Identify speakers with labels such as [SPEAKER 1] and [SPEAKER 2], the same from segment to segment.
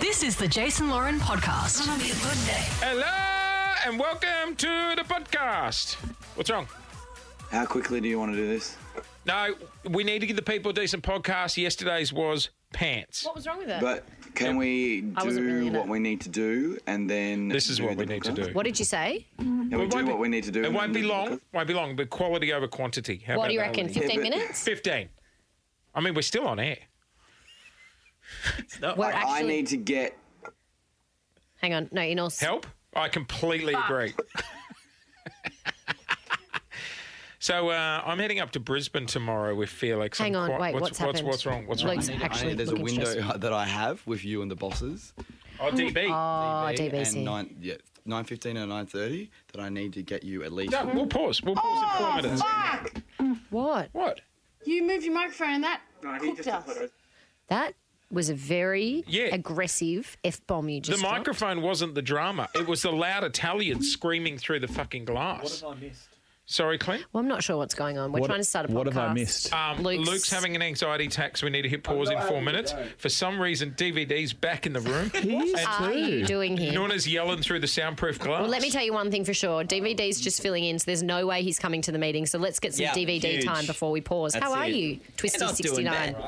[SPEAKER 1] This is the Jason Lauren podcast.
[SPEAKER 2] Hello and welcome to the podcast. What's wrong?
[SPEAKER 3] How quickly do you want to do this?
[SPEAKER 2] No, we need to give the people a decent podcast. Yesterday's was pants.
[SPEAKER 4] What was wrong with it?
[SPEAKER 3] But can we
[SPEAKER 4] wasn't really
[SPEAKER 3] do
[SPEAKER 4] in
[SPEAKER 3] what
[SPEAKER 4] it.
[SPEAKER 3] we need to do and then
[SPEAKER 2] This is
[SPEAKER 3] do
[SPEAKER 2] what
[SPEAKER 3] the
[SPEAKER 2] we need to
[SPEAKER 3] podcast?
[SPEAKER 2] do.
[SPEAKER 4] what did you say?
[SPEAKER 3] Can we
[SPEAKER 2] It won't
[SPEAKER 3] do
[SPEAKER 2] be-
[SPEAKER 3] what we need to do?
[SPEAKER 2] It
[SPEAKER 3] and
[SPEAKER 2] won't
[SPEAKER 3] then
[SPEAKER 2] be
[SPEAKER 3] do the
[SPEAKER 2] long.
[SPEAKER 3] podcast?
[SPEAKER 2] Won't be long. But quality over quantity. How
[SPEAKER 4] What
[SPEAKER 2] about
[SPEAKER 4] do you
[SPEAKER 2] that?
[SPEAKER 4] reckon? 15
[SPEAKER 3] but-
[SPEAKER 4] minutes?
[SPEAKER 2] Fifteen. I mean, we're still on air.
[SPEAKER 4] We're
[SPEAKER 3] I
[SPEAKER 4] actually.
[SPEAKER 3] need to get.
[SPEAKER 4] Hang on. No, in all. s-
[SPEAKER 2] Help? I completely agree. so uh, I'm heading up to Brisbane tomorrow with Felix.
[SPEAKER 4] Hang
[SPEAKER 2] I'm
[SPEAKER 4] on.
[SPEAKER 2] quite-
[SPEAKER 4] Wait,
[SPEAKER 2] what's,
[SPEAKER 4] what's
[SPEAKER 2] what's,
[SPEAKER 4] happened?
[SPEAKER 2] what's wrong? What's wrong?
[SPEAKER 4] Luke's actually.
[SPEAKER 5] I- there's a
[SPEAKER 4] looking
[SPEAKER 5] window
[SPEAKER 4] stressed.
[SPEAKER 5] that I have with you and the bosses.
[SPEAKER 2] Oh, DB.
[SPEAKER 4] Oh, DBC.
[SPEAKER 5] And nine, yeah, nine fifteen and nine thirty. That I need to get you at least.
[SPEAKER 2] no, we'll pause. We'll pause in four minutes.
[SPEAKER 6] Fuck!
[SPEAKER 4] What?
[SPEAKER 2] What?
[SPEAKER 6] You moved your microphone and that cooked us.
[SPEAKER 4] That was a very
[SPEAKER 2] Yeah.
[SPEAKER 4] aggressive f bomb you
[SPEAKER 2] The
[SPEAKER 4] just. dropped.
[SPEAKER 2] microphone wasn't the drama. It was the loud Italian screaming through the fucking glass. What have I missed? Sorry, Clint.
[SPEAKER 4] Well, I'm not sure what's going on. We're trying to start a podcast.
[SPEAKER 7] What have I missed?
[SPEAKER 2] Um, Luke's...
[SPEAKER 4] Luke's-
[SPEAKER 2] having an anxiety attack, so we need to hit pause in four minutes. For some reason, DVD's back in the room.
[SPEAKER 7] He is
[SPEAKER 4] What are you doing here?
[SPEAKER 2] Norna's yelling through the soundproof glass.
[SPEAKER 4] Well, let me tell you one thing for sure. DVD's just filling in, so there's no way he's coming to the meeting. So let's get some
[SPEAKER 8] Yeah,
[SPEAKER 4] DVD
[SPEAKER 8] huge.
[SPEAKER 4] time before we pause. How
[SPEAKER 8] That's
[SPEAKER 4] are
[SPEAKER 8] it.
[SPEAKER 4] you,
[SPEAKER 8] Not doing
[SPEAKER 4] Twisty69?
[SPEAKER 8] bad.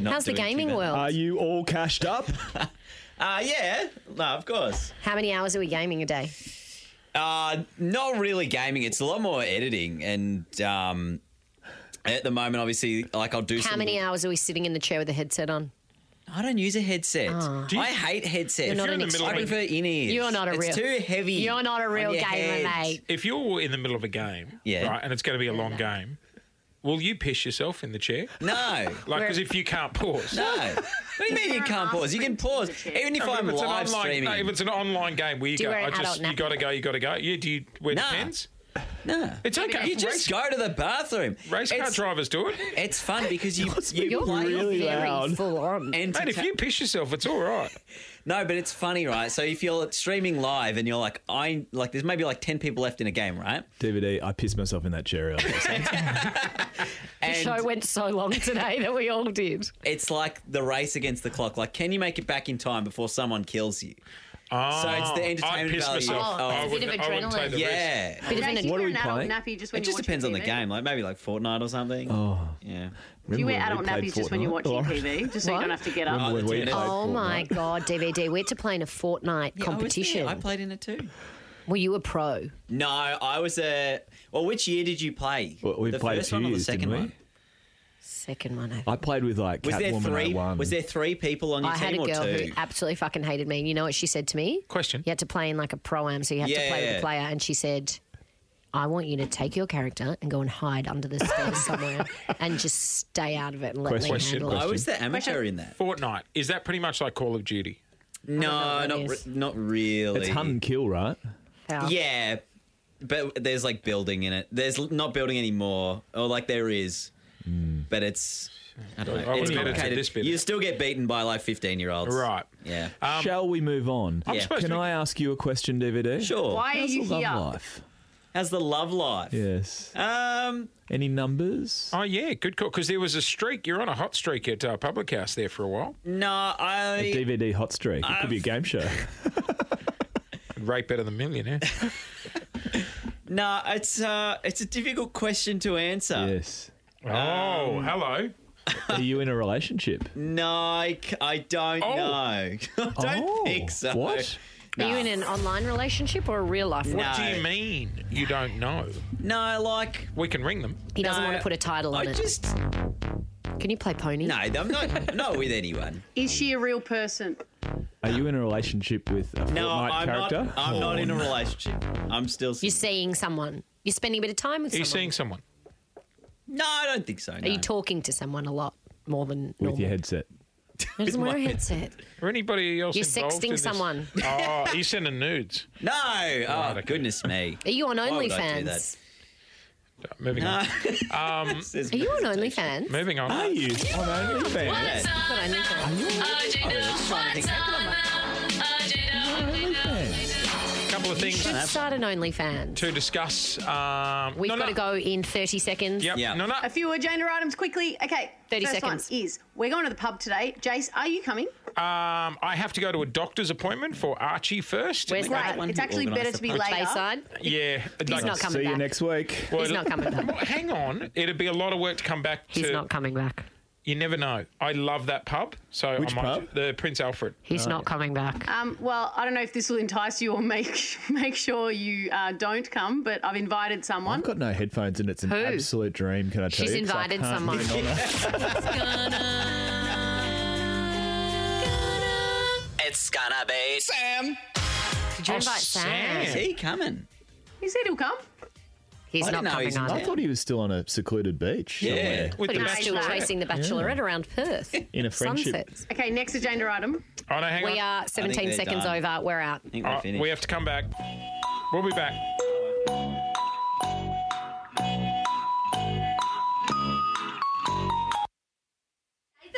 [SPEAKER 8] Not
[SPEAKER 4] How's the
[SPEAKER 8] doing too
[SPEAKER 4] gaming
[SPEAKER 8] bad.
[SPEAKER 4] world?
[SPEAKER 7] Are you all cashed up?
[SPEAKER 8] Uh, yeah, no, of course.
[SPEAKER 4] How many hours are we gaming a day?
[SPEAKER 8] Uh, not really gaming. It's a lot more editing, and um, at the moment, obviously, like I'll do.
[SPEAKER 4] How
[SPEAKER 8] some,
[SPEAKER 4] many hours are we sitting in the chair with the headset on?
[SPEAKER 8] I don't use a headset.
[SPEAKER 2] Do you-
[SPEAKER 8] I hate headsets.
[SPEAKER 4] Ah. You're not If you're an in the
[SPEAKER 2] middle
[SPEAKER 8] I
[SPEAKER 2] of a-
[SPEAKER 8] prefer in ears.
[SPEAKER 4] You're not a real-
[SPEAKER 8] it's Too heavy.
[SPEAKER 4] You're not a
[SPEAKER 8] on
[SPEAKER 4] real
[SPEAKER 8] your
[SPEAKER 4] gamer,
[SPEAKER 8] head.
[SPEAKER 4] mate.
[SPEAKER 2] If you're in the middle of a game,
[SPEAKER 8] Yeah.
[SPEAKER 2] right, and it's going to be a long game, will you piss yourself in the chair?
[SPEAKER 8] No.
[SPEAKER 2] Like, because if you can't pause.
[SPEAKER 8] No. What do you mean you can't pause? You can pause. Even if
[SPEAKER 2] No, but
[SPEAKER 8] I'm
[SPEAKER 2] if it's an
[SPEAKER 8] live
[SPEAKER 2] online,
[SPEAKER 8] streaming.
[SPEAKER 2] no, if it's an online game where you
[SPEAKER 4] Do you
[SPEAKER 2] go,
[SPEAKER 4] wear an
[SPEAKER 2] I
[SPEAKER 4] adult
[SPEAKER 2] just, you
[SPEAKER 4] nappy?
[SPEAKER 2] got to go, you got to go. Yeah, do you wear
[SPEAKER 8] Nah.
[SPEAKER 2] pants?
[SPEAKER 8] no.
[SPEAKER 2] It's okay.
[SPEAKER 8] You just go to the bathroom.
[SPEAKER 2] race, race car
[SPEAKER 8] it's,
[SPEAKER 2] drivers do it.
[SPEAKER 8] it's fun because you, you
[SPEAKER 4] You're
[SPEAKER 8] play
[SPEAKER 7] really
[SPEAKER 4] very
[SPEAKER 7] loud.
[SPEAKER 4] full on.
[SPEAKER 8] and
[SPEAKER 2] Mate, if you piss yourself, it's all right.
[SPEAKER 8] No, but it's funny, right? So if you're streaming live and you're like, I like, there's maybe like ten people left in a game, right?
[SPEAKER 7] DVD, I pissed myself in that chair. earlier.
[SPEAKER 4] The
[SPEAKER 8] And
[SPEAKER 4] show went so long today that we all did.
[SPEAKER 8] it's like the race against the clock. Like, can you make it back in time before someone kills you?
[SPEAKER 2] Oh,
[SPEAKER 8] So it's the entertainment
[SPEAKER 2] I piss
[SPEAKER 8] value.
[SPEAKER 2] myself.
[SPEAKER 8] Oh,
[SPEAKER 2] I
[SPEAKER 8] it's
[SPEAKER 4] bit
[SPEAKER 8] a
[SPEAKER 4] of
[SPEAKER 2] wouldn't- I wouldn't
[SPEAKER 4] adrenaline.
[SPEAKER 2] take the risk.
[SPEAKER 8] yeah.
[SPEAKER 4] Bit of an
[SPEAKER 7] What are
[SPEAKER 6] you
[SPEAKER 7] we
[SPEAKER 6] wear an
[SPEAKER 7] playing?
[SPEAKER 6] adult nappy just when
[SPEAKER 8] It
[SPEAKER 6] you
[SPEAKER 8] just
[SPEAKER 6] watch
[SPEAKER 8] depends on the
[SPEAKER 6] TV?
[SPEAKER 8] game, like maybe like Fortnite or something. Oh, yeah.
[SPEAKER 6] Do you wear adult nappies just when you're watching
[SPEAKER 7] Oh.
[SPEAKER 6] TV, just so
[SPEAKER 4] What?
[SPEAKER 6] you don't have to get up?
[SPEAKER 8] Oh,
[SPEAKER 7] we
[SPEAKER 8] that's
[SPEAKER 7] played
[SPEAKER 8] it.
[SPEAKER 4] Oh my
[SPEAKER 7] Fortnite.
[SPEAKER 4] god, DVD! We had to play in a Fortnite
[SPEAKER 8] Yeah, I was there.
[SPEAKER 4] competition.
[SPEAKER 8] I played in it too.
[SPEAKER 4] Were you a pro?
[SPEAKER 8] No, I was a. Well, which year did you play?
[SPEAKER 7] Well, we
[SPEAKER 8] the
[SPEAKER 7] played a
[SPEAKER 8] first
[SPEAKER 7] few
[SPEAKER 8] one or the
[SPEAKER 7] years,
[SPEAKER 8] 2nd
[SPEAKER 7] didn't we?
[SPEAKER 8] one?
[SPEAKER 4] Second one. I,
[SPEAKER 7] I played with like
[SPEAKER 8] Was there
[SPEAKER 7] Catwoman
[SPEAKER 8] three?
[SPEAKER 7] 01.
[SPEAKER 8] Was there three people on your
[SPEAKER 4] I had a
[SPEAKER 8] team
[SPEAKER 4] girl
[SPEAKER 8] or
[SPEAKER 4] who
[SPEAKER 8] two?
[SPEAKER 4] absolutely fucking hated me. And you know what she said to me?
[SPEAKER 2] Question.
[SPEAKER 4] You had to play in like a pro am, so you had to play with
[SPEAKER 8] Yeah.
[SPEAKER 4] a player. And she said, "I want you to take your character and go and hide under the stairs somewhere, and just stay out of it and let me
[SPEAKER 2] Question,
[SPEAKER 4] handle it."
[SPEAKER 8] I was the amateur in that.
[SPEAKER 2] Fortnite is that pretty much like Call of Duty?
[SPEAKER 8] No,
[SPEAKER 4] I don't know
[SPEAKER 8] not
[SPEAKER 4] what
[SPEAKER 8] re-
[SPEAKER 4] it
[SPEAKER 8] not really.
[SPEAKER 7] It's hunt and kill, right?
[SPEAKER 4] How?
[SPEAKER 8] Yeah, but there's like building in it. There's l- not building anymore, or like there is, but it's I don't know.
[SPEAKER 2] I
[SPEAKER 8] it's
[SPEAKER 2] would've edited
[SPEAKER 8] complicated.
[SPEAKER 2] this bit.
[SPEAKER 8] You still get beaten by like 15 year olds,
[SPEAKER 2] Right.
[SPEAKER 8] Yeah,
[SPEAKER 7] Shall we move on?
[SPEAKER 2] I'm
[SPEAKER 8] Um, Yeah.
[SPEAKER 2] supposed
[SPEAKER 7] Can
[SPEAKER 2] to.
[SPEAKER 7] I ask you a question, DVD?
[SPEAKER 8] sure.
[SPEAKER 6] Why are
[SPEAKER 7] How's
[SPEAKER 6] you
[SPEAKER 7] the love
[SPEAKER 6] here?
[SPEAKER 7] life?
[SPEAKER 8] How's the love life?
[SPEAKER 7] Yes.
[SPEAKER 8] Um,
[SPEAKER 7] Any numbers?
[SPEAKER 2] Oh yeah, good call. Because there was a streak. You're on a hot streak at uh, Public House there for a while.
[SPEAKER 8] no,
[SPEAKER 7] A
[SPEAKER 8] I
[SPEAKER 7] DVD hot streak. It could be a game show.
[SPEAKER 2] Rape better than millionaire.
[SPEAKER 8] no. It's uh, it's a difficult question to answer.
[SPEAKER 7] yes.
[SPEAKER 8] Um,
[SPEAKER 2] oh, hello.
[SPEAKER 7] Are you in a relationship?
[SPEAKER 8] No, I, c- I don't
[SPEAKER 2] Oh.
[SPEAKER 8] know. I don't
[SPEAKER 7] Oh,
[SPEAKER 8] think so.
[SPEAKER 7] What?
[SPEAKER 4] Are you in an online relationship or a real life one?
[SPEAKER 8] No.
[SPEAKER 2] What do you mean you don't know?
[SPEAKER 8] No, like
[SPEAKER 2] We can ring them.
[SPEAKER 4] He doesn't
[SPEAKER 8] No,
[SPEAKER 4] want to put a title on
[SPEAKER 8] I
[SPEAKER 4] it.
[SPEAKER 8] just
[SPEAKER 4] Can you play pony?
[SPEAKER 8] no. I'm not not with anyone.
[SPEAKER 6] Is she a real person?
[SPEAKER 7] Are you in a relationship with a
[SPEAKER 8] No,
[SPEAKER 7] Fortnite
[SPEAKER 8] I'm
[SPEAKER 7] character?
[SPEAKER 8] not. I'm not in a relationship. I'm still.
[SPEAKER 4] You're
[SPEAKER 8] single.
[SPEAKER 4] seeing someone. You're spending a bit of time with
[SPEAKER 2] Are you
[SPEAKER 4] someone.
[SPEAKER 2] seeing someone?
[SPEAKER 8] No, I don't think so.
[SPEAKER 4] Are you talking to someone a lot more than normal?
[SPEAKER 7] with your headset.
[SPEAKER 4] He doesn't
[SPEAKER 8] with
[SPEAKER 4] wear a
[SPEAKER 8] my
[SPEAKER 4] headset.
[SPEAKER 2] Or anybody else?
[SPEAKER 4] You're
[SPEAKER 2] involved in
[SPEAKER 4] sexting
[SPEAKER 2] this?
[SPEAKER 4] someone.
[SPEAKER 2] Oh, are you sending nudes?
[SPEAKER 8] no. oh
[SPEAKER 2] okay.
[SPEAKER 8] goodness me.
[SPEAKER 4] Are you on
[SPEAKER 8] Why would I do
[SPEAKER 4] OnlyFans?
[SPEAKER 2] Uh, Moving on.
[SPEAKER 8] There's-
[SPEAKER 4] Are you on OnlyFans?
[SPEAKER 2] Moving on.
[SPEAKER 7] Are you on OnlyFans?
[SPEAKER 8] Yeah.
[SPEAKER 4] That's what I need to
[SPEAKER 8] Oh,
[SPEAKER 4] know.
[SPEAKER 7] You're on OnlyFans.
[SPEAKER 2] A couple of things
[SPEAKER 4] Should start an OnlyFans.
[SPEAKER 2] to discuss. Um,
[SPEAKER 4] We've
[SPEAKER 2] no,
[SPEAKER 4] got
[SPEAKER 2] no.
[SPEAKER 4] to go in 30 seconds.
[SPEAKER 2] Yep.
[SPEAKER 8] Yeah.
[SPEAKER 2] No, no.
[SPEAKER 6] A few agenda items quickly. Okay.
[SPEAKER 4] 30
[SPEAKER 6] first
[SPEAKER 4] seconds.
[SPEAKER 6] one is we're going to the pub today. Jace, are you coming?
[SPEAKER 2] Um, I have to go to a doctor's appointment for Archie first.
[SPEAKER 4] Where's
[SPEAKER 8] Right.
[SPEAKER 4] that?
[SPEAKER 8] one
[SPEAKER 6] It's actually
[SPEAKER 8] organised
[SPEAKER 6] better to be
[SPEAKER 8] the
[SPEAKER 6] later.
[SPEAKER 4] Bayside?
[SPEAKER 2] Yeah.
[SPEAKER 4] He's not coming
[SPEAKER 7] See
[SPEAKER 4] back.
[SPEAKER 7] you next week.
[SPEAKER 2] Well,
[SPEAKER 4] He's not coming back.
[SPEAKER 2] Hang on. It'd be a lot of work to come back
[SPEAKER 4] He's
[SPEAKER 2] to.
[SPEAKER 4] not coming back.
[SPEAKER 2] You never know. I love that pub. So
[SPEAKER 7] Which
[SPEAKER 2] I might,
[SPEAKER 7] pub?
[SPEAKER 2] The Prince Alfred.
[SPEAKER 4] He's not coming back.
[SPEAKER 6] Um, well, I don't know if this will entice you or make make sure you uh, don't come, but I've invited someone.
[SPEAKER 7] I've got no headphones and it's an
[SPEAKER 4] Who?
[SPEAKER 7] absolute dream. Can I tell
[SPEAKER 4] She's
[SPEAKER 7] you? 'Cause I
[SPEAKER 4] invited
[SPEAKER 7] can't
[SPEAKER 4] someone.
[SPEAKER 7] lean on her.
[SPEAKER 9] It's gonna be Sam.
[SPEAKER 4] Did you
[SPEAKER 2] Oh,
[SPEAKER 4] invite Sam?
[SPEAKER 2] Sam.
[SPEAKER 8] Is he coming?
[SPEAKER 6] He said he'll come.
[SPEAKER 4] He's
[SPEAKER 8] I
[SPEAKER 4] not
[SPEAKER 8] didn't know
[SPEAKER 4] coming
[SPEAKER 8] he's
[SPEAKER 7] I
[SPEAKER 4] either.
[SPEAKER 8] invited.
[SPEAKER 7] thought he was still on a secluded beach.
[SPEAKER 8] Yeah.
[SPEAKER 7] somewhere.
[SPEAKER 2] With
[SPEAKER 4] But
[SPEAKER 2] the
[SPEAKER 4] he's
[SPEAKER 6] Nice
[SPEAKER 4] still
[SPEAKER 2] bachelor.
[SPEAKER 6] laugh.
[SPEAKER 4] chasing the Bachelorette around Perth.
[SPEAKER 7] In a friendship.
[SPEAKER 4] Sunsets.
[SPEAKER 6] Okay, next agenda item.
[SPEAKER 2] Oh, no, hang on.
[SPEAKER 4] We are
[SPEAKER 8] I
[SPEAKER 4] 17
[SPEAKER 8] think they're
[SPEAKER 4] seconds
[SPEAKER 8] done.
[SPEAKER 4] over. We're out.
[SPEAKER 8] I think
[SPEAKER 2] Oh,
[SPEAKER 8] we're finished.
[SPEAKER 2] we have to come back. We'll be back.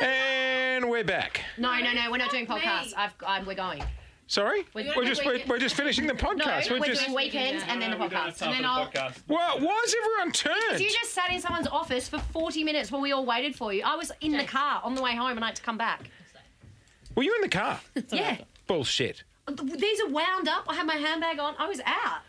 [SPEAKER 2] And we're back.
[SPEAKER 4] No, no, no. We're not doing podcasts. I've, I'm, we're going.
[SPEAKER 2] Sorry, we're, just we're, we're just finishing the podcast. we're, just
[SPEAKER 4] weekends and then the podcast. And then I'll.
[SPEAKER 2] well, why is everyone turned?
[SPEAKER 4] You just sat in someone's office for 40 minutes while we all waited for you. I was in the car on the way home and I had to come back.
[SPEAKER 2] Were you in the car?
[SPEAKER 4] Yeah.
[SPEAKER 2] Bullshit.
[SPEAKER 4] These are wound up. I had my handbag on. I was out.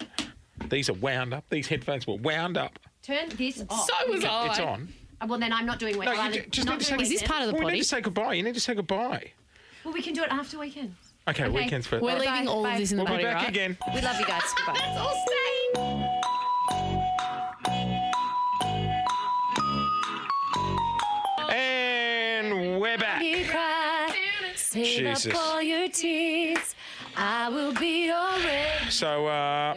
[SPEAKER 2] These are wound up. These headphones were wound up.
[SPEAKER 4] Turn this off. Uh,
[SPEAKER 10] So was I.
[SPEAKER 2] It's on.
[SPEAKER 4] well, then I'm not doing
[SPEAKER 2] No,
[SPEAKER 4] weekends.
[SPEAKER 2] you ju- just need to say.
[SPEAKER 10] Is this part of the
[SPEAKER 2] Well, we need
[SPEAKER 10] potty?
[SPEAKER 2] to say goodbye. You need to say goodbye.
[SPEAKER 4] Well, we can do it after weekends.
[SPEAKER 2] Okay, weekends for.
[SPEAKER 10] We're
[SPEAKER 2] We'll
[SPEAKER 10] leaving all of this in the
[SPEAKER 2] be
[SPEAKER 10] body,
[SPEAKER 2] back
[SPEAKER 10] right?
[SPEAKER 2] again.
[SPEAKER 4] We love you guys. Goodbye.
[SPEAKER 10] It's all staying.
[SPEAKER 2] And we're back.
[SPEAKER 4] you cry, save up
[SPEAKER 2] Jesus.
[SPEAKER 4] all your tears. I will be your red.
[SPEAKER 2] So, uh,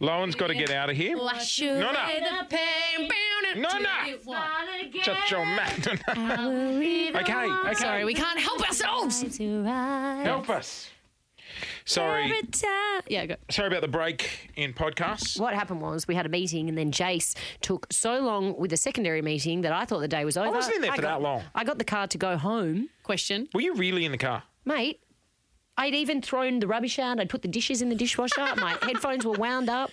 [SPEAKER 2] Lowen's got to get out of here.
[SPEAKER 4] Wash away
[SPEAKER 2] No, no.
[SPEAKER 4] the pain.
[SPEAKER 2] No, no.
[SPEAKER 4] It's not again.
[SPEAKER 2] Shut your mouth. No, no.
[SPEAKER 4] I will be the
[SPEAKER 2] Okay,
[SPEAKER 4] one
[SPEAKER 2] okay.
[SPEAKER 10] Sorry, we can't help ourselves.
[SPEAKER 4] to rise.
[SPEAKER 2] Help us. Sorry.
[SPEAKER 4] Every time.
[SPEAKER 10] Yeah, go.
[SPEAKER 2] Sorry about the break in podcasts.
[SPEAKER 4] What happened was we had a meeting and then Jace took so long with the secondary meeting that I thought the day was over.
[SPEAKER 2] wasn't in there for
[SPEAKER 4] got-
[SPEAKER 2] that long.
[SPEAKER 4] I got the car to go home,
[SPEAKER 10] Question.
[SPEAKER 2] Were you really in the car?
[SPEAKER 4] mate. I'd even thrown the rubbish out. I'd put the dishes in the dishwasher. My headphones were wound up.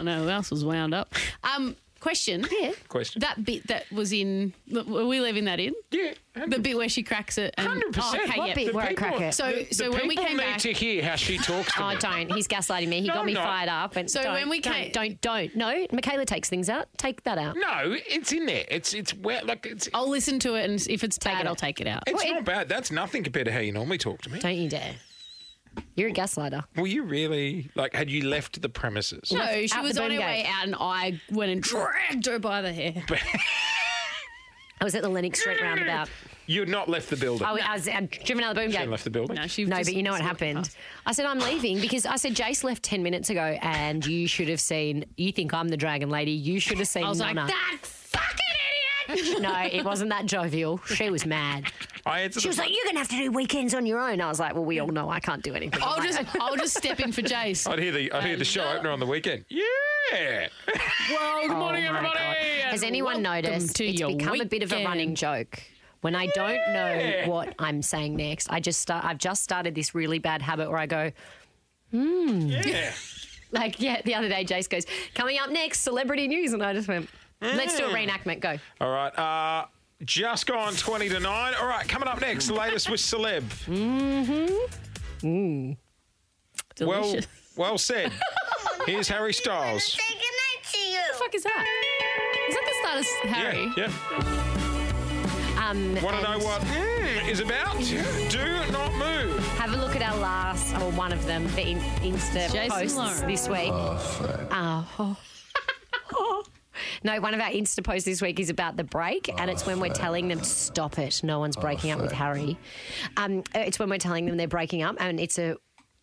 [SPEAKER 10] I know who else was wound up. Um, question.
[SPEAKER 4] Yeah.
[SPEAKER 2] Question.
[SPEAKER 10] That bit that was in. Were we leaving that in?
[SPEAKER 2] yeah.
[SPEAKER 10] The bit where she cracks it. and-
[SPEAKER 2] 100%.
[SPEAKER 10] Oh, okay,
[SPEAKER 4] What
[SPEAKER 10] yeah.
[SPEAKER 4] bit?
[SPEAKER 2] The
[SPEAKER 4] We're a
[SPEAKER 2] people-
[SPEAKER 4] cracker.
[SPEAKER 10] So,
[SPEAKER 2] The
[SPEAKER 10] so when we
[SPEAKER 2] people
[SPEAKER 10] came
[SPEAKER 2] need
[SPEAKER 10] back.
[SPEAKER 2] to hear how she talks to
[SPEAKER 4] Oh,
[SPEAKER 2] me.
[SPEAKER 4] don't. He's gaslighting me. He
[SPEAKER 2] No,
[SPEAKER 4] got me
[SPEAKER 2] I'm not.
[SPEAKER 4] fired up. And
[SPEAKER 10] So
[SPEAKER 4] don't,
[SPEAKER 10] when we
[SPEAKER 4] don't,
[SPEAKER 10] came-
[SPEAKER 4] don't, don't. No, Michaela takes things out. Take that out.
[SPEAKER 2] No, it's in there. It's it's where like it's
[SPEAKER 10] I'll listen to it, and if it's bad,
[SPEAKER 4] it
[SPEAKER 10] I'll
[SPEAKER 4] out.
[SPEAKER 10] take Oh, it out.
[SPEAKER 2] it's not bad. That's nothing compared to how you normally talk to me.
[SPEAKER 4] Don't you dare. You're a gaslighter.
[SPEAKER 2] Were you really like had you left the premises?
[SPEAKER 10] No, she
[SPEAKER 4] out
[SPEAKER 10] was
[SPEAKER 4] the
[SPEAKER 10] on her
[SPEAKER 4] burning
[SPEAKER 10] way
[SPEAKER 4] gate.
[SPEAKER 10] out, and I went and dragged her by the hair.
[SPEAKER 4] I was at the Lennox Street roundabout. Oh,
[SPEAKER 2] You'd not left the building.
[SPEAKER 4] I was, I was I'd driven out of the boom
[SPEAKER 2] You
[SPEAKER 4] gate.
[SPEAKER 2] left the building.
[SPEAKER 10] No, she
[SPEAKER 4] No,
[SPEAKER 10] just
[SPEAKER 4] but you know what
[SPEAKER 10] slipped
[SPEAKER 4] happened.
[SPEAKER 10] past.
[SPEAKER 4] I said I'm leaving because I said Jace left ten minutes ago, and you should have seen. You think I'm the dragon lady? You should have seen
[SPEAKER 10] I was like,
[SPEAKER 4] Nana.
[SPEAKER 10] that fucking idiot.
[SPEAKER 4] no, it wasn't that jovial. She was mad.
[SPEAKER 2] I answered.
[SPEAKER 4] She was like, "You're gonna have to do weekends on your own." I was like, "Well, we all know I can't do anything." on
[SPEAKER 10] I'll
[SPEAKER 4] my
[SPEAKER 10] just,
[SPEAKER 4] own."
[SPEAKER 10] I'll just step in for Jace.
[SPEAKER 2] I'd hear the I'd hear the show opener on the weekend. Yeah.
[SPEAKER 10] Well, good morning,
[SPEAKER 4] Oh my
[SPEAKER 10] everybody.
[SPEAKER 4] God.
[SPEAKER 10] and
[SPEAKER 4] Has anyone
[SPEAKER 10] welcome
[SPEAKER 4] noticed
[SPEAKER 10] to
[SPEAKER 4] it's
[SPEAKER 10] your
[SPEAKER 4] become a bit of a
[SPEAKER 10] weekend.
[SPEAKER 4] running joke? When I don't know what I'm saying next, I just start. I've just started this really bad habit where I go,
[SPEAKER 2] Yeah.
[SPEAKER 4] like, yeah. The other day, Jace goes, "Coming up next, celebrity news," and I just went, "Let's do a reenactment." Go.
[SPEAKER 2] All right. Uh, just gone 20 to 9. All right, coming up next, the latest with Celeb. Well,
[SPEAKER 10] Mm-hmm. Mm. Delicious.
[SPEAKER 2] well said. Here's Harry Styles.
[SPEAKER 10] What the fuck is that? Is that the start of Harry?
[SPEAKER 2] Yeah, yeah.
[SPEAKER 4] Um,
[SPEAKER 2] Want to know
[SPEAKER 4] and
[SPEAKER 2] what mm is about? Do not move.
[SPEAKER 4] Have a look at our last, or one of them, the in- Insta
[SPEAKER 10] Jason
[SPEAKER 4] posts
[SPEAKER 10] Lawrence.
[SPEAKER 4] this week. Oh, No, one of our Insta posts this week is about the break, and it's when we're telling them to stop it. No one's breaking up with Harry. Um, it's when we're telling them they're breaking up, and it's a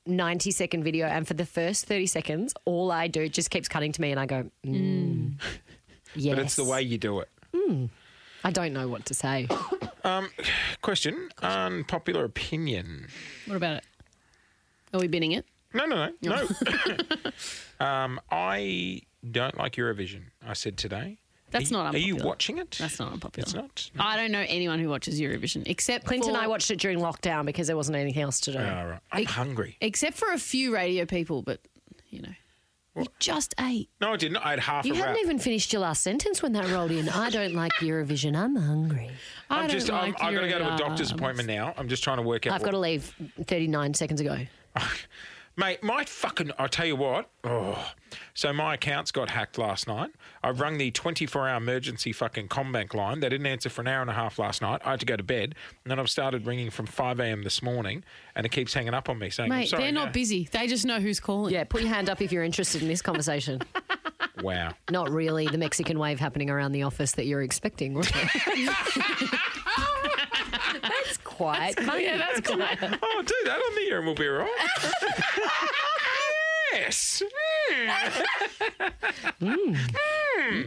[SPEAKER 4] 90 second video. And for the first 30 seconds, all I do it just keeps cutting to me, and I go, mm, yes.
[SPEAKER 2] But it's the way you do it.
[SPEAKER 4] I don't know what to say.
[SPEAKER 2] Question Unpopular opinion.
[SPEAKER 10] What about it? Are we bidding it?
[SPEAKER 2] No, no, no. No. um, I don't like Eurovision, I said today.
[SPEAKER 10] That's
[SPEAKER 2] Are you-
[SPEAKER 10] not
[SPEAKER 2] Are you
[SPEAKER 10] unpopular.
[SPEAKER 2] watching it?
[SPEAKER 10] That's not unpopular.
[SPEAKER 2] It's not?
[SPEAKER 10] I don't know anyone who watches Eurovision except
[SPEAKER 4] Clint and
[SPEAKER 10] for-
[SPEAKER 4] I watched it during lockdown because there wasn't anything else to do.
[SPEAKER 2] All right. I'm hungry.
[SPEAKER 10] except for a few radio people, but you know, you just ate.
[SPEAKER 2] No, I didn't. I had half
[SPEAKER 4] You
[SPEAKER 2] a wrap.
[SPEAKER 4] hadn't even finished your last sentence when that rolled in. I don't like Eurovision. I'm hungry.
[SPEAKER 10] I
[SPEAKER 2] I'm
[SPEAKER 10] don't
[SPEAKER 2] just.
[SPEAKER 10] Like uh,
[SPEAKER 2] I'm, I've got to go to a
[SPEAKER 10] Eurovision.
[SPEAKER 2] doctor's appointment now. I'm just trying to work out.
[SPEAKER 4] I've got to leave 39 seconds ago.
[SPEAKER 2] Mate, my fucking. I'll tell you what. Oh. So my accounts got hacked last night. I rung the 24 hour emergency fucking Combank line. They didn't answer for an hour and a half last night. I had to go to bed. And then I've started ringing from 5 a.m. this morning and it keeps hanging up on me saying, I'm
[SPEAKER 10] Mate,
[SPEAKER 2] sorry,
[SPEAKER 10] they're
[SPEAKER 2] no.
[SPEAKER 10] not busy. They just know who's calling.
[SPEAKER 4] Yeah, put your hand up if you're interested in this conversation.
[SPEAKER 2] Wow.
[SPEAKER 4] Not really the Mexican wave happening around the office that you're expecting. was it? That's quite funny.
[SPEAKER 10] Yeah, that's cool.
[SPEAKER 2] Oh, do that on the year and we'll be all right. yes.
[SPEAKER 4] Hmm.
[SPEAKER 2] Mm.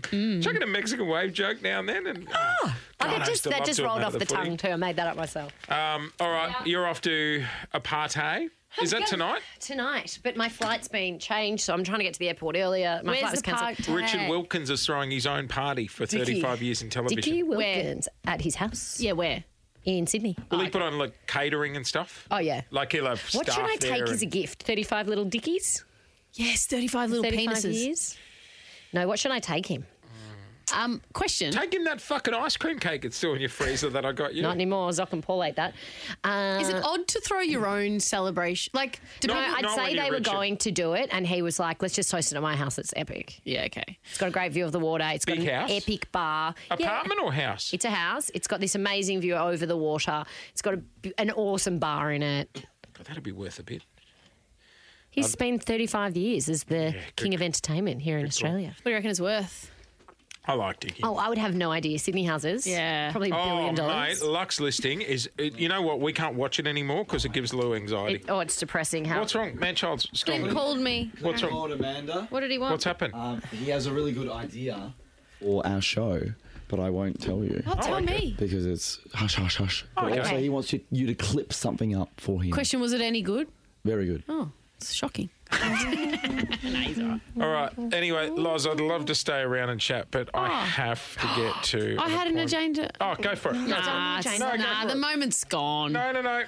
[SPEAKER 2] Mm. Chuck in a Mexican wave joke now and then. And, oh,
[SPEAKER 4] Oh,
[SPEAKER 2] God,
[SPEAKER 4] that
[SPEAKER 2] I
[SPEAKER 4] just,
[SPEAKER 2] still
[SPEAKER 4] that
[SPEAKER 2] love
[SPEAKER 4] just
[SPEAKER 2] doing
[SPEAKER 4] rolled
[SPEAKER 2] that
[SPEAKER 4] off
[SPEAKER 2] at
[SPEAKER 4] the
[SPEAKER 2] footy.
[SPEAKER 4] tongue too. I made that up myself.
[SPEAKER 2] Um, all right, you're off to a party. Is that tonight?
[SPEAKER 4] Tonight, but my flight's been changed, so I'm trying to get to the airport earlier. My flight was cancelled.
[SPEAKER 2] Richard Wilkins is throwing his own party for 35 years in television.
[SPEAKER 4] Dickie Wilkins at his house
[SPEAKER 10] Yeah, where?
[SPEAKER 4] in Sydney.
[SPEAKER 2] Will he put on like catering and stuff?
[SPEAKER 4] Oh, yeah.
[SPEAKER 2] Like he'll have
[SPEAKER 4] What
[SPEAKER 2] staff
[SPEAKER 4] should I
[SPEAKER 2] there
[SPEAKER 4] take as a
[SPEAKER 2] and-
[SPEAKER 4] gift? 35 little dickies?
[SPEAKER 10] Yes, thirty-five little
[SPEAKER 4] 35
[SPEAKER 10] penises.
[SPEAKER 4] years? No, what should I take him?
[SPEAKER 10] Um, question.
[SPEAKER 2] Take him that fucking ice cream cake that's still in your freezer that I got you.
[SPEAKER 4] Not anymore. Zoc and Paul ate that. Uh,
[SPEAKER 10] Is it odd to throw your
[SPEAKER 2] Mm.
[SPEAKER 10] own celebration? Like, do
[SPEAKER 4] no,
[SPEAKER 2] Not-
[SPEAKER 4] I'd
[SPEAKER 2] not when
[SPEAKER 4] say
[SPEAKER 2] you're
[SPEAKER 4] they were
[SPEAKER 2] Richard.
[SPEAKER 4] going to do it, and he was like, "Let's just host it at my house. It's epic.
[SPEAKER 10] yeah, okay.
[SPEAKER 4] It's got a great view of the water. It's got
[SPEAKER 2] Big
[SPEAKER 4] an
[SPEAKER 2] house?
[SPEAKER 4] epic bar. Yeah.
[SPEAKER 2] Apartment or house?
[SPEAKER 4] It's a house. It's got this amazing view over the water. It's got a, an awesome bar in it.
[SPEAKER 2] God, that'd be worth a bit.
[SPEAKER 4] He's been 35 years as the
[SPEAKER 2] good-
[SPEAKER 4] king of entertainment here in Australia.
[SPEAKER 10] What do you reckon it's worth?
[SPEAKER 2] I like Dickie.
[SPEAKER 4] Oh, I would have no idea. Sydney houses.
[SPEAKER 10] Yeah.
[SPEAKER 4] Probably a billion dollars.
[SPEAKER 2] Oh, mate, Lux listing is. it- You know what? We can't watch it anymore because it gives Lou anxiety.
[SPEAKER 4] It- oh, it's depressing. How
[SPEAKER 2] What's wrong? Manchild's
[SPEAKER 10] Clint
[SPEAKER 2] stolen.
[SPEAKER 10] called me.
[SPEAKER 2] What's wrong?
[SPEAKER 5] Called Amanda.
[SPEAKER 10] What did he want?
[SPEAKER 2] What's happened?
[SPEAKER 5] Um, he has a really good idea for our show, but I won't tell you
[SPEAKER 10] Oh, tell me.
[SPEAKER 5] because it's hush, hush, hush. But
[SPEAKER 2] okay.
[SPEAKER 5] Also, he wants you, you to clip something up for him.
[SPEAKER 10] Question: Was it any good?
[SPEAKER 5] Very good.
[SPEAKER 10] Oh, it's shocking.
[SPEAKER 2] All right. Anyway, Loz, I'd love to stay around and chat, but I
[SPEAKER 4] Oh.
[SPEAKER 2] have to get to.
[SPEAKER 10] I
[SPEAKER 2] an
[SPEAKER 10] had an
[SPEAKER 2] appointment.
[SPEAKER 10] agenda.
[SPEAKER 2] Oh, go for it. No,
[SPEAKER 10] Nah, it's-
[SPEAKER 2] No, go
[SPEAKER 10] nah,
[SPEAKER 2] for
[SPEAKER 10] the
[SPEAKER 2] it.
[SPEAKER 10] moment's gone.
[SPEAKER 2] no, no, no.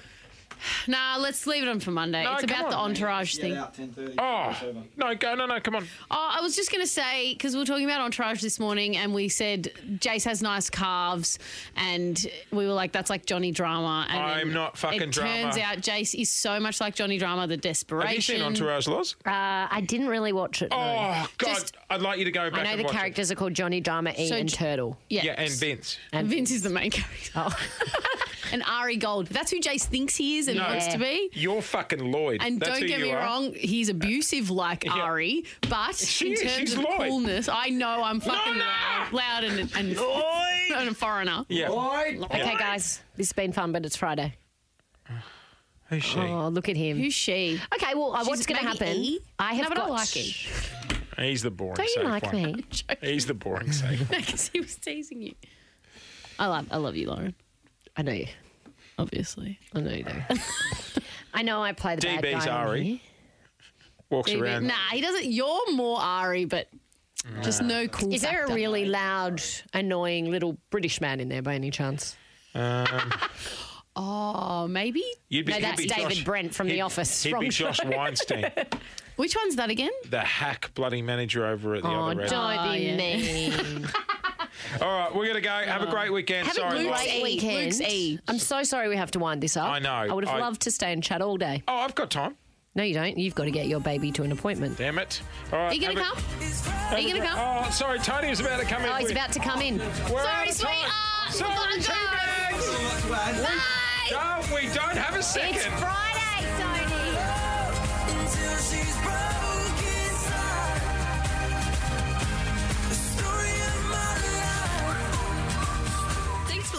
[SPEAKER 10] Nah, let's leave it on for Monday.
[SPEAKER 2] No,
[SPEAKER 10] it's
[SPEAKER 2] come
[SPEAKER 10] about the
[SPEAKER 2] on.
[SPEAKER 10] entourage thing.
[SPEAKER 5] out 10:30.
[SPEAKER 2] Oh, no, go. No, no, come on.
[SPEAKER 10] Oh, I was just going to say because we were talking about entourage this morning, and we said Jace has nice calves, and we were like, "That's like Johnny Drama." And
[SPEAKER 2] I'm
[SPEAKER 10] then
[SPEAKER 2] not fucking
[SPEAKER 10] It turns
[SPEAKER 2] Drama.
[SPEAKER 10] out Jace is so much like Johnny Drama. The desperation.
[SPEAKER 2] Have you seen Entourage, Loz?
[SPEAKER 4] Uh, I didn't really watch it. no.
[SPEAKER 2] Oh, God.
[SPEAKER 10] Just-
[SPEAKER 2] I'd like you to go back
[SPEAKER 4] I know
[SPEAKER 2] and
[SPEAKER 4] the
[SPEAKER 2] watch it.
[SPEAKER 4] characters are called Johnny, Drama, E,
[SPEAKER 10] So
[SPEAKER 4] and
[SPEAKER 10] j-
[SPEAKER 4] Turtle.
[SPEAKER 10] Yeah.
[SPEAKER 2] Yeah, and Vince.
[SPEAKER 10] And Vince is the main character. and Ari Gold. That's who Jace thinks he is and
[SPEAKER 2] No.
[SPEAKER 10] wants to be.
[SPEAKER 2] You're fucking Lloyd.
[SPEAKER 10] And
[SPEAKER 2] That's
[SPEAKER 10] don't
[SPEAKER 2] who
[SPEAKER 10] get
[SPEAKER 2] you
[SPEAKER 10] me
[SPEAKER 2] are.
[SPEAKER 10] wrong, he's abusive like Ari, but
[SPEAKER 2] She
[SPEAKER 10] in
[SPEAKER 2] is,
[SPEAKER 10] terms
[SPEAKER 2] she's
[SPEAKER 10] of
[SPEAKER 2] Lloyd.
[SPEAKER 10] coolness, I know I'm fucking
[SPEAKER 2] no.
[SPEAKER 10] loud, loud and, and, and a foreigner.
[SPEAKER 2] Yeah.
[SPEAKER 4] Okay, guys, this has been fun, but it's Friday.
[SPEAKER 2] Who's she?
[SPEAKER 4] Oh, look at him.
[SPEAKER 10] Who's she?
[SPEAKER 4] Okay, well, uh,
[SPEAKER 10] She's
[SPEAKER 4] what's going to
[SPEAKER 10] maybe
[SPEAKER 4] happen?
[SPEAKER 10] E?
[SPEAKER 4] I have
[SPEAKER 10] No, but I
[SPEAKER 4] got.
[SPEAKER 10] like E.
[SPEAKER 2] He's the boring.
[SPEAKER 4] Don't you
[SPEAKER 2] safe
[SPEAKER 4] like
[SPEAKER 2] one.
[SPEAKER 4] me?
[SPEAKER 2] He's the boring safe.
[SPEAKER 10] because he was teasing you. I love, I love you, Lauren.
[SPEAKER 4] I know you.
[SPEAKER 10] Obviously,
[SPEAKER 4] I know you do. I know I play the bad
[SPEAKER 2] DB's
[SPEAKER 4] guy. on
[SPEAKER 2] Ari.
[SPEAKER 4] here.
[SPEAKER 2] Walks around.
[SPEAKER 10] nah, he doesn't. You're more Ari, but just no cool.
[SPEAKER 4] Is there a
[SPEAKER 10] factor.
[SPEAKER 4] really loud, annoying little British man in there by any chance?
[SPEAKER 10] Oh, maybe.
[SPEAKER 2] You'd be,
[SPEAKER 4] No,
[SPEAKER 2] he'd
[SPEAKER 4] that's
[SPEAKER 2] be
[SPEAKER 4] David
[SPEAKER 2] Josh-
[SPEAKER 4] Brent from The
[SPEAKER 2] he'd-
[SPEAKER 4] Office.
[SPEAKER 2] He'd
[SPEAKER 4] Wrong
[SPEAKER 2] be Josh Weinstein,
[SPEAKER 10] Which one's that again?
[SPEAKER 2] the hack bloody manager over at the
[SPEAKER 4] Oh,
[SPEAKER 2] other
[SPEAKER 4] don't
[SPEAKER 2] end.
[SPEAKER 10] Oh,
[SPEAKER 4] be
[SPEAKER 10] yeah.
[SPEAKER 4] mean.
[SPEAKER 2] All right, we're gonna go. Have a great weekend.
[SPEAKER 4] Oh. Have
[SPEAKER 2] Sorry,
[SPEAKER 4] a
[SPEAKER 2] Lyle.
[SPEAKER 4] great
[SPEAKER 10] E,
[SPEAKER 4] weekend.
[SPEAKER 10] Luke's E.
[SPEAKER 4] I'm so sorry we have to wind this up.
[SPEAKER 2] I know.
[SPEAKER 4] I would have
[SPEAKER 2] I-
[SPEAKER 4] loved to stay and chat all day.
[SPEAKER 2] Oh, I've got time.
[SPEAKER 4] No, you don't. You've got to get your baby to an appointment.
[SPEAKER 2] Damn it! All right.
[SPEAKER 10] Are you gonna
[SPEAKER 2] have a-
[SPEAKER 10] come?
[SPEAKER 2] have
[SPEAKER 10] Are you
[SPEAKER 2] a
[SPEAKER 10] gonna
[SPEAKER 2] great- Oh, sorry, Tony was about to come in.
[SPEAKER 4] Oh, he's
[SPEAKER 2] We-
[SPEAKER 4] about to come in.
[SPEAKER 2] We're out of
[SPEAKER 10] Sorry,
[SPEAKER 2] time.
[SPEAKER 10] sweetheart.
[SPEAKER 2] Sorry,
[SPEAKER 10] Gotta go.
[SPEAKER 2] teammates. No, we don't have a second.
[SPEAKER 4] It's Friday, Tony.
[SPEAKER 1] Thanks for